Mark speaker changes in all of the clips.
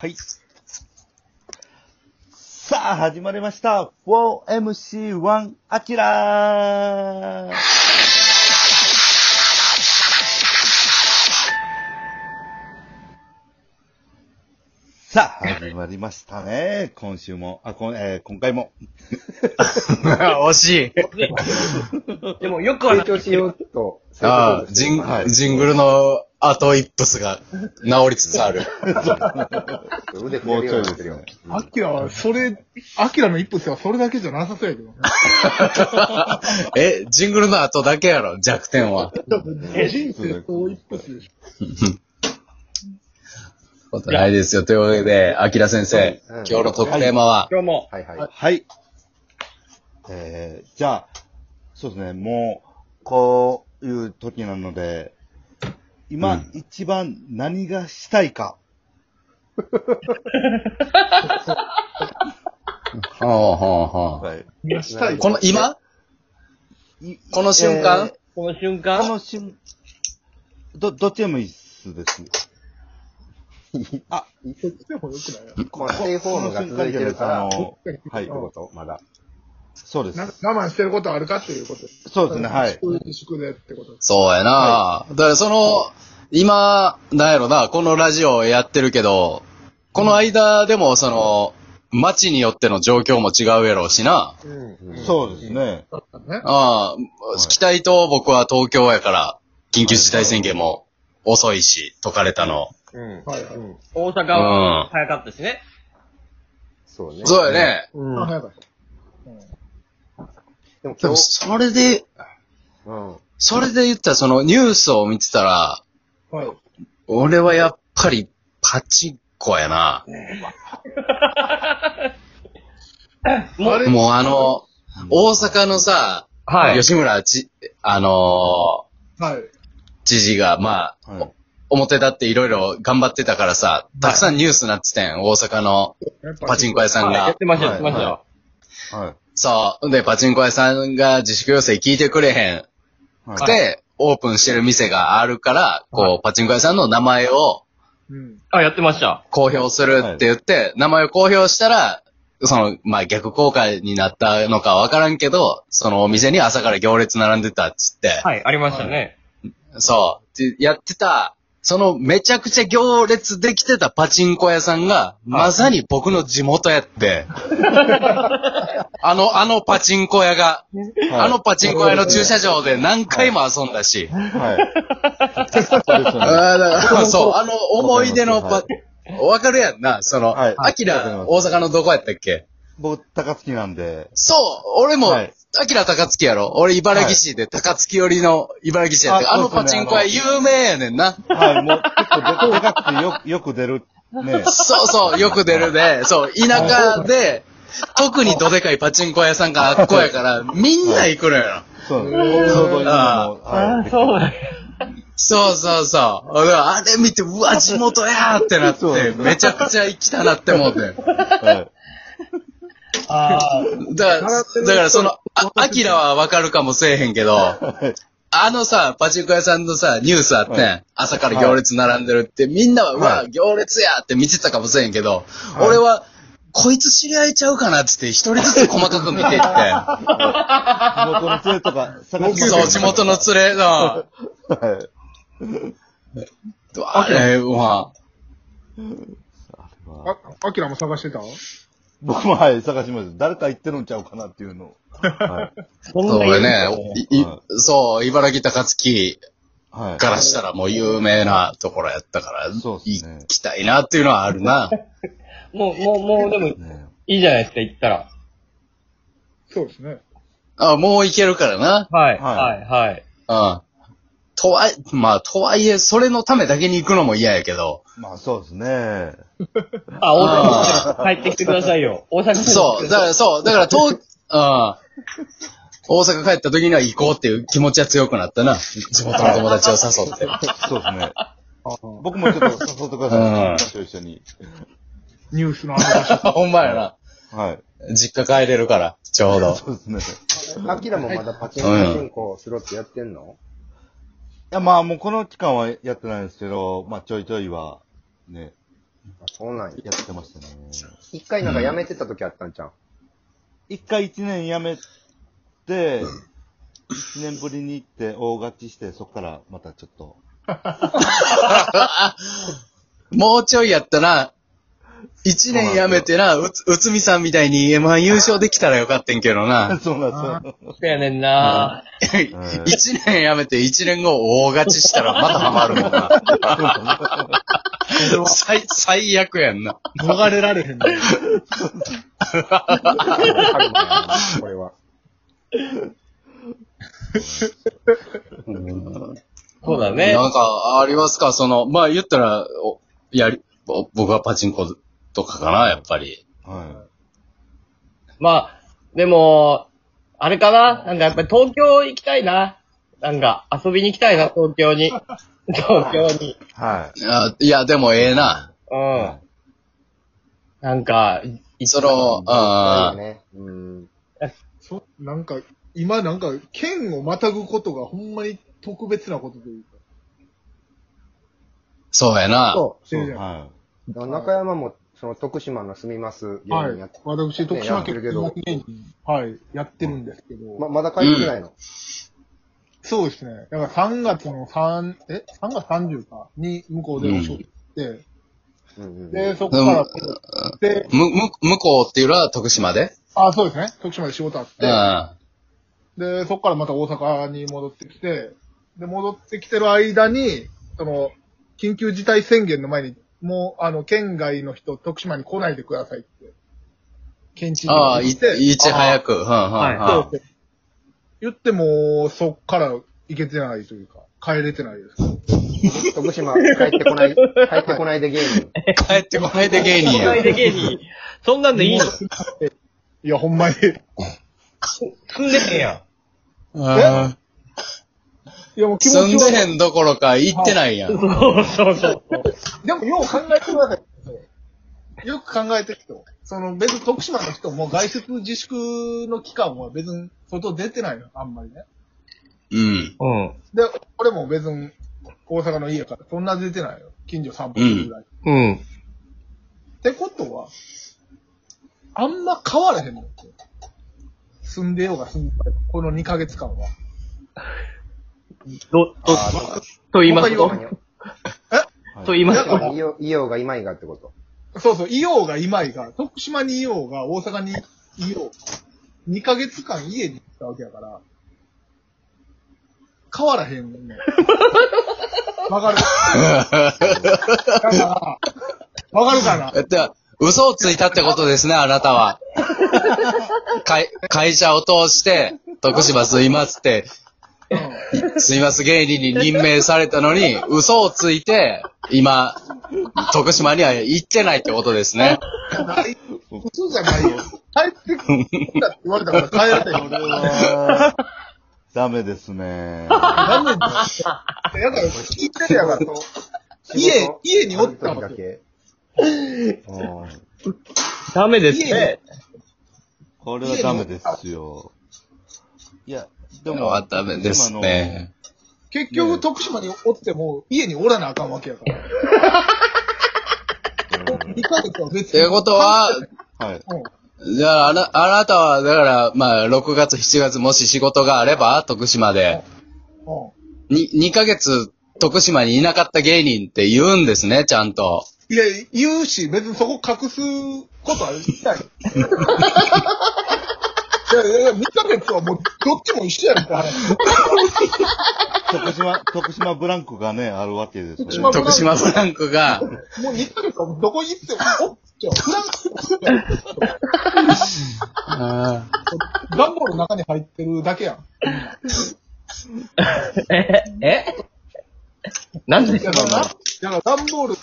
Speaker 1: はい。さあ、始まりました。4MC1 アキラーさあ、始まりましたね。今週も、あ、こんえー今回も。
Speaker 2: 惜しい。
Speaker 3: でもよくは成長しようと。
Speaker 2: ああ、
Speaker 3: そういうことです
Speaker 2: ジン、
Speaker 1: はい
Speaker 2: ジングルの後イップスが治りつつ ある。
Speaker 3: 腕振
Speaker 1: も
Speaker 3: れ
Speaker 1: う
Speaker 3: る
Speaker 1: ちょいで
Speaker 3: ようになって
Speaker 1: す
Speaker 3: る
Speaker 1: よ
Speaker 3: よ。。
Speaker 4: アキラは、それ、アキラの一歩ではそれだけじゃなさそうやけど。
Speaker 2: え、ジングルの後だけやろ、弱点は。
Speaker 4: 人生そう一歩でし
Speaker 2: ことないですよ。というわけで、アキラ先生、
Speaker 3: う
Speaker 2: 今
Speaker 3: ん
Speaker 2: 日のトークテーマは、
Speaker 1: 今日も。
Speaker 3: はいはい。
Speaker 1: はい。えー、じゃあ、そうですね、もう、こういう時なので、今、
Speaker 2: うん
Speaker 1: 一番何がしたいか。
Speaker 2: ほうほうほう
Speaker 1: はい。
Speaker 4: ょ。したい。
Speaker 2: この、今
Speaker 1: い
Speaker 2: この瞬間
Speaker 5: この
Speaker 1: え
Speaker 5: 瞬
Speaker 1: ーこ
Speaker 5: 間、
Speaker 1: の瞬、ど、どっちでもいいっすです。
Speaker 4: そっちでもよくないよ
Speaker 3: このステイホームが続いてるから、
Speaker 1: この瞬間じゃなくてあのは
Speaker 3: はいい。ってことまだ。
Speaker 1: そうで
Speaker 4: な
Speaker 1: す。
Speaker 4: 我慢してることあるかっていうことです。
Speaker 1: そうですね、はい。
Speaker 4: そういう自粛でってことです。
Speaker 2: そうやな、だからその、今、なんやろな、このラジオやってるけど、この間でもその、街によっての状況も違うやろうしな。
Speaker 3: うん
Speaker 1: そうですね。
Speaker 4: ね。
Speaker 2: ああ、期待と僕は東京やから、緊急事態宣言も遅いし、解かれたの。
Speaker 3: うん。
Speaker 4: はいはい
Speaker 3: うん
Speaker 5: 大阪
Speaker 2: うん
Speaker 5: は早かったしね。
Speaker 3: そうね。
Speaker 2: そうやね。
Speaker 3: うん。
Speaker 4: あ、早かった。
Speaker 3: でも
Speaker 2: で
Speaker 3: 今
Speaker 2: も、
Speaker 3: 日、
Speaker 2: それで、
Speaker 3: うん。
Speaker 2: それで言ったらそのニュースを見てたら、
Speaker 4: はい。
Speaker 2: 俺はやっぱりパチンコやな。
Speaker 5: もう、
Speaker 2: もうあの、大阪のさ、
Speaker 5: はい。
Speaker 2: 吉村ち、あの
Speaker 4: はい。
Speaker 2: ー知事が、まあ、
Speaker 1: はい。
Speaker 2: 表立っていろいろ頑張ってたからさ、たくさんニュースなってたやん、大阪のパチンコ屋さん
Speaker 5: はいや
Speaker 2: が
Speaker 5: っ。てました、やってました
Speaker 1: は
Speaker 5: よ。
Speaker 1: は
Speaker 2: そう。で、パチンコ屋さんが自粛要請聞いてくれへん
Speaker 1: い。は
Speaker 2: くて、オープンしてる店があるから、こう、パチンコ屋さんの名前を
Speaker 4: うん。
Speaker 5: あ、やってました。
Speaker 2: 公表するって言って、名前を公表したら、その、まあ、逆効果になったのかわからんけど、そのお店に朝から行列並んでたっつって、
Speaker 5: はい、ありましたね。
Speaker 2: そう、ってやってた、そのめちゃくちゃ行列できてたパチンコ屋さんが、まさに僕の地元や って、あの、あのパチンコ屋が、
Speaker 1: い。
Speaker 2: あのパチンコ屋の駐車場で何回も遊んだし。
Speaker 1: はい。そうですよね。
Speaker 2: ああ、だから、そう、あの思い出の
Speaker 1: わ
Speaker 2: パ
Speaker 1: か、
Speaker 2: わかるやんな、その
Speaker 1: はい、
Speaker 2: アキラ、大阪のどこやったっけ
Speaker 1: 僕、高槻なんで。
Speaker 2: そう、俺も
Speaker 1: はい、
Speaker 2: アキラ高槻やろ俺茨城市で高槻寄りの茨城市やった
Speaker 1: あ
Speaker 2: あ
Speaker 1: そうっ
Speaker 2: の
Speaker 1: すね
Speaker 2: パチンコ屋有名やねんな。
Speaker 1: はい、もう結構でかくてよよく出る。ね。
Speaker 2: そうそう、よく出 るで、そう、田舎で、特にどでかいパチンコ屋さんがあっこやから、みんな行くのよ。
Speaker 1: そうです。そうそう、今もう、
Speaker 5: あ
Speaker 1: は
Speaker 5: あ、
Speaker 1: い。
Speaker 5: そうだよ。
Speaker 2: そうそうそう。だからあれ見て、うわ、地元やーってなっ
Speaker 1: そう
Speaker 2: て、めちゃくちゃ行きたなって思って。
Speaker 1: はい
Speaker 5: あー
Speaker 2: だから、だからその、あ、アキラはわかるかもせえへんけど、あのさ、パチンコ屋さんのさ、ニュースあってん、
Speaker 1: は
Speaker 2: 朝から行列並んでるって、みんなは、うわ、行列やって見てたかもせえへんけど、
Speaker 1: い
Speaker 2: 俺は、こいつ知り合いちゃうかなっつって、一人ずつ細かく見ていって、
Speaker 1: 地元の連れとか探して
Speaker 2: そう、地元の連れ
Speaker 1: は
Speaker 2: の、
Speaker 1: い。
Speaker 2: あれは、
Speaker 4: あ、アキラも探してた
Speaker 1: 僕もはい、探します。誰か行ってるんちゃうかなっていうのを。はい。
Speaker 5: そん
Speaker 2: そう
Speaker 5: な言う
Speaker 2: ね、いい
Speaker 1: は
Speaker 2: そう、茨城高槻
Speaker 1: はい。
Speaker 2: からしたらもう有名なところやったから、
Speaker 1: そうっすね
Speaker 2: 行きたいなっていうのはあるな。
Speaker 5: もう、もう、もう、でも、い
Speaker 1: ね
Speaker 5: いじゃないですか、言ったら。
Speaker 4: そうですね。
Speaker 2: あ、もう行けるからな。
Speaker 5: はい、
Speaker 1: は
Speaker 5: はいい、はい。
Speaker 2: うん。とはい、まあ、とはいえ、それのためだけに行くのも嫌やけど。
Speaker 1: まあそうですね。
Speaker 5: あ、大阪に帰ってきてくださいよ。大阪に。
Speaker 2: そう、だから、そう、だから、東、うん。大阪帰った時には行こうっていう気持ちは強くなったな。地元の友達を誘って。
Speaker 1: そうですね。僕もちょっと誘ってください。行きましょう一緒に。
Speaker 4: ニュースのあの場 所。
Speaker 2: ほんまやな。
Speaker 1: はい。
Speaker 2: 実家帰れるから、ちょうど。
Speaker 1: そうですね。い
Speaker 3: アキラもまだパチンコ、パチンコスロットやってんの
Speaker 1: やまあもうこの期間はやってないんですけど、まあちょいちょいは、ね、
Speaker 3: あそうなんや。
Speaker 1: やってましたね。
Speaker 3: 一回なんか辞めてた時あったんじゃん。
Speaker 1: 一回一年辞めて、一年ぶりに行って大勝ちして、そこからまたちょっと。
Speaker 2: もうちょいやったら、一年やめてな、うつ、うつみさんみたいに M1 優勝できたらよかってんけどな。
Speaker 1: そうなんですよ。
Speaker 5: そうやねんな
Speaker 1: うん
Speaker 2: 一年やめて一年後大勝ちしたらまたハマるもん な。最、最悪やんな。
Speaker 4: 逃れられへんね。
Speaker 3: あるなこれは。
Speaker 5: そうだね。
Speaker 2: なんか、ありますかその、まあ言ったら、おやり、ぼ僕はパチンコとかかな、やっぱり。
Speaker 1: は
Speaker 5: まあ、でも、あれかななんかやっぱり東京行きたいな。なんか遊びに行きたいな、東京 に。東京に。
Speaker 1: い。はい
Speaker 2: あいや、でもええな。
Speaker 5: うん。なんか、い
Speaker 2: その、あー
Speaker 3: ね。うん。
Speaker 4: そ、なんか、今なんか、剣をまたぐことがほんまに特別なことというか。
Speaker 2: そうやな。
Speaker 3: そ
Speaker 4: してるじゃん。
Speaker 1: は
Speaker 3: う。中山も、その徳島の住みます芸人や
Speaker 4: は
Speaker 3: っ
Speaker 4: い
Speaker 3: て。。
Speaker 4: 私、徳島県
Speaker 3: ねやってる
Speaker 4: 芸人、はい、やってるんですけど。
Speaker 3: ま、まだ帰ってないの
Speaker 4: そうですね。だから3月の3、え ?3 月30かに向こうでお仕事して、
Speaker 3: うんうんうん。
Speaker 4: で、そこから、で、
Speaker 2: む、む、向こうっていうのは徳島で。
Speaker 4: あ、そうですね。徳島で仕事あっ
Speaker 2: う
Speaker 4: て、
Speaker 2: ん。
Speaker 4: で、そこからまた大阪に戻ってきて、で、戻ってきてる間に、その、緊急事態宣言の前に、もう、あの、県外の人、徳島に来ないでくださいって、県知事
Speaker 2: ああ、
Speaker 4: に
Speaker 2: い、
Speaker 4: 言
Speaker 2: い
Speaker 4: って、
Speaker 2: ち早く。うん、うん、
Speaker 5: は
Speaker 2: うん。
Speaker 4: 言っても、そっから行けてないというか、帰れてないです。
Speaker 3: 徳島帰ってこない、帰ってこないで芸人。
Speaker 2: 帰ってこないで芸人
Speaker 5: 都会
Speaker 2: や。
Speaker 5: で芸人。そんなんでいいの
Speaker 4: いや、ほんまに。
Speaker 5: 住んでへんやん。
Speaker 2: うん
Speaker 4: いや、もう気持ち
Speaker 2: 住ん
Speaker 4: は
Speaker 2: でへんどころか行ってないやん。
Speaker 5: そうそうそう。
Speaker 4: でも、よう考えてください。よく考えてる人。その、別に徳島の人も外出自粛の期間は別に外出てないの、あんまりね。
Speaker 2: うん。
Speaker 5: うん。
Speaker 4: で、俺も別に大阪の家からそんな出てないよ。近所散歩するぐらい。
Speaker 5: うん。
Speaker 4: ってことは、あんま変わらへんのって。住んでようが住んでようがこの2ヶ月間は。
Speaker 5: ど、ど、
Speaker 3: あ
Speaker 5: と言います
Speaker 4: 僕は言、
Speaker 5: と
Speaker 1: い。
Speaker 5: と言います
Speaker 4: だか
Speaker 5: と
Speaker 4: ら。
Speaker 3: いよう、いようがいまいがってこと。
Speaker 4: そうそう、いようがいまいが、徳島にいようが、大阪にいよう。2ヶ月間家に行ったわけやから、変わらへんね。わかるだからわかるかな
Speaker 2: えっと、嘘をついたってことですね、あなたは。会、会社を通して、徳島すいますって、すいます芸人に任命されたのに、嘘をついて、今、徳島には行ってないってことですね。
Speaker 4: 普通じゃないよ。帰ってくるって言われたから帰られたよ、俺は。
Speaker 1: あーダメですね。
Speaker 4: ダメだよ。だから、聞いてるやから、その家、家におったわ
Speaker 3: だ
Speaker 4: け。
Speaker 3: け。
Speaker 1: うん
Speaker 5: ダメですね。
Speaker 1: これはダメですよ。いや、で
Speaker 2: で
Speaker 1: も、
Speaker 2: も、ダメですね。
Speaker 4: 結局、徳島におっても、家におらなあかんわけやから。2ヶ月は別
Speaker 2: ということは、
Speaker 1: 島の。はい。
Speaker 4: うん
Speaker 2: じゃあ、あな、あなたは、だから、まあ、6月、7月、もし仕事があれば、徳島で、
Speaker 4: うん
Speaker 2: に、2ヶ月、徳島にいなかった芸人って言うんですね、ちゃんと。
Speaker 4: いや、言うし、別にそこ隠すことは一切ない。いやいやいや、2ヶ月はもう、どっちも一緒やんか。
Speaker 1: 徳島、徳島ブランクがね、あるわけですよね。
Speaker 4: 島ブランク
Speaker 2: 徳島ブランクが、
Speaker 4: もう2ヶ月はどこ行っても、おっちゃフランス
Speaker 2: あ
Speaker 4: ダンボールの中に入ってるだけやん。
Speaker 5: ええなんで
Speaker 4: いや、だからな、だからダンボール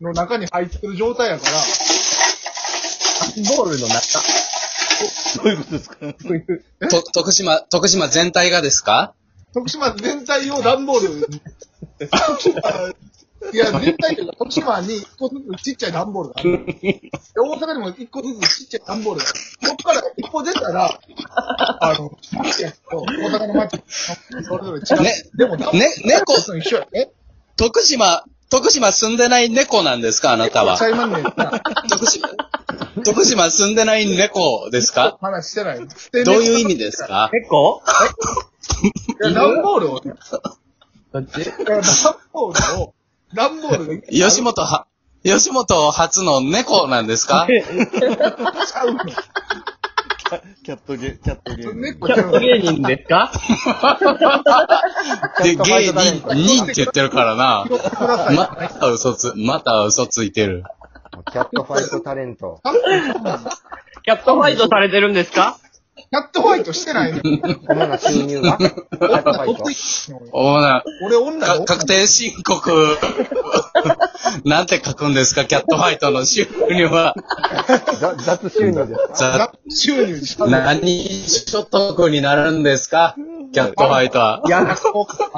Speaker 4: の中に入ってる状態やから、
Speaker 5: ボールの中。
Speaker 1: どういうことですか
Speaker 2: ーと、徳島、徳島全体がですか
Speaker 4: 徳島全体をダンボールに、徳島いや、全体というか、徳島に一個ずつちっちゃい段ボールがある。で大阪にも一個ずつちっちゃい段ボールがある。ここから一歩出たら、あの、ちっちゃいと大阪の街、それぞれ違う。
Speaker 2: ね
Speaker 4: でも段ボール
Speaker 2: ね、猫、
Speaker 4: と一緒やね。
Speaker 2: 徳島、徳島住んでない猫なんですかあなたは
Speaker 4: ち。ゃいまんねんな。
Speaker 2: 徳島、徳島住んでない猫ですか
Speaker 4: 話してない。ど
Speaker 2: どういう意味ですか
Speaker 5: 結構
Speaker 4: いや、段ボールをね、
Speaker 5: どっち
Speaker 4: だから段ボールを、段ボールが
Speaker 2: 吉本は、吉本初の猫なんですか
Speaker 4: ちゃうの。
Speaker 1: キャットゲ、キャットゲーム。
Speaker 4: 猫
Speaker 5: キ
Speaker 4: ち
Speaker 5: ャ
Speaker 4: ゃ
Speaker 5: ッ
Speaker 4: う
Speaker 5: ト
Speaker 4: の。
Speaker 5: 芸人ですか
Speaker 2: で、芸人、人って言ってるからな。
Speaker 4: ください。
Speaker 2: また嘘つ、また嘘ついてる。
Speaker 3: キャットファイトタレント。
Speaker 5: キャットファイトされてるんですか
Speaker 4: キャットファイトしてないの。
Speaker 3: 主な収入がキャットファイト。
Speaker 2: おーな、
Speaker 4: 俺女
Speaker 2: か
Speaker 4: の
Speaker 2: 確定申告、 なんて書くんですかキャットファイトの収入は。
Speaker 3: ざ雑収入です。
Speaker 2: ざ
Speaker 4: 収入したの。
Speaker 2: 何所得になるんですかキャットファイトは。
Speaker 4: やなそうか。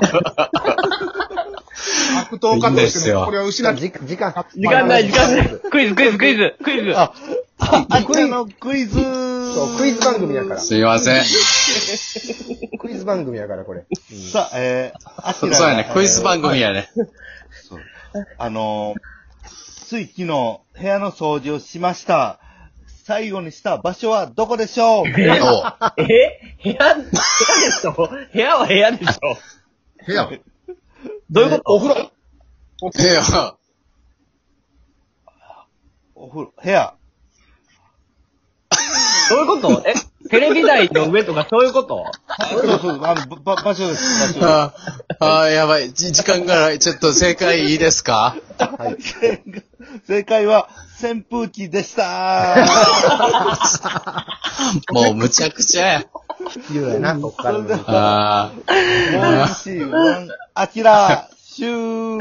Speaker 4: 悪党家と
Speaker 2: いいんで
Speaker 4: し
Speaker 2: す
Speaker 4: ても
Speaker 2: よ
Speaker 4: これは失っ
Speaker 3: じ時間、
Speaker 5: 時間ない、時間ない。クイズ、クイズ、クイズ、クイズ。
Speaker 1: あ、あ、あちらのクイズ
Speaker 3: そう、クイズ番組やから。
Speaker 2: すいません。
Speaker 3: クイズ番組やから、これ。
Speaker 1: さあ、えー、あち
Speaker 2: そう
Speaker 1: らが
Speaker 2: やね、クイズ番組
Speaker 1: えー
Speaker 2: やね。
Speaker 1: あのー、つい昨日、部屋の掃除をしました。最後にした場所はどこでしょう
Speaker 2: おう
Speaker 5: え部屋、部屋でしょ部屋は部屋でしょ
Speaker 4: た部屋。
Speaker 5: どういうこと
Speaker 4: お風呂。
Speaker 2: 部屋、
Speaker 1: お風呂、部屋。
Speaker 5: どういうことえ、テレビ台の上とかそういうこと
Speaker 1: そうそう、あの、ば、ば場所です。場所
Speaker 2: ああ、やばい。じ時間がない。ちょっと正解いいですか
Speaker 1: 正解正解は、扇風機でした。
Speaker 2: もうむちゃくちゃや。
Speaker 3: 必要やな、こっからの。
Speaker 2: ああ。
Speaker 1: ワンシーワン、アキラ、集合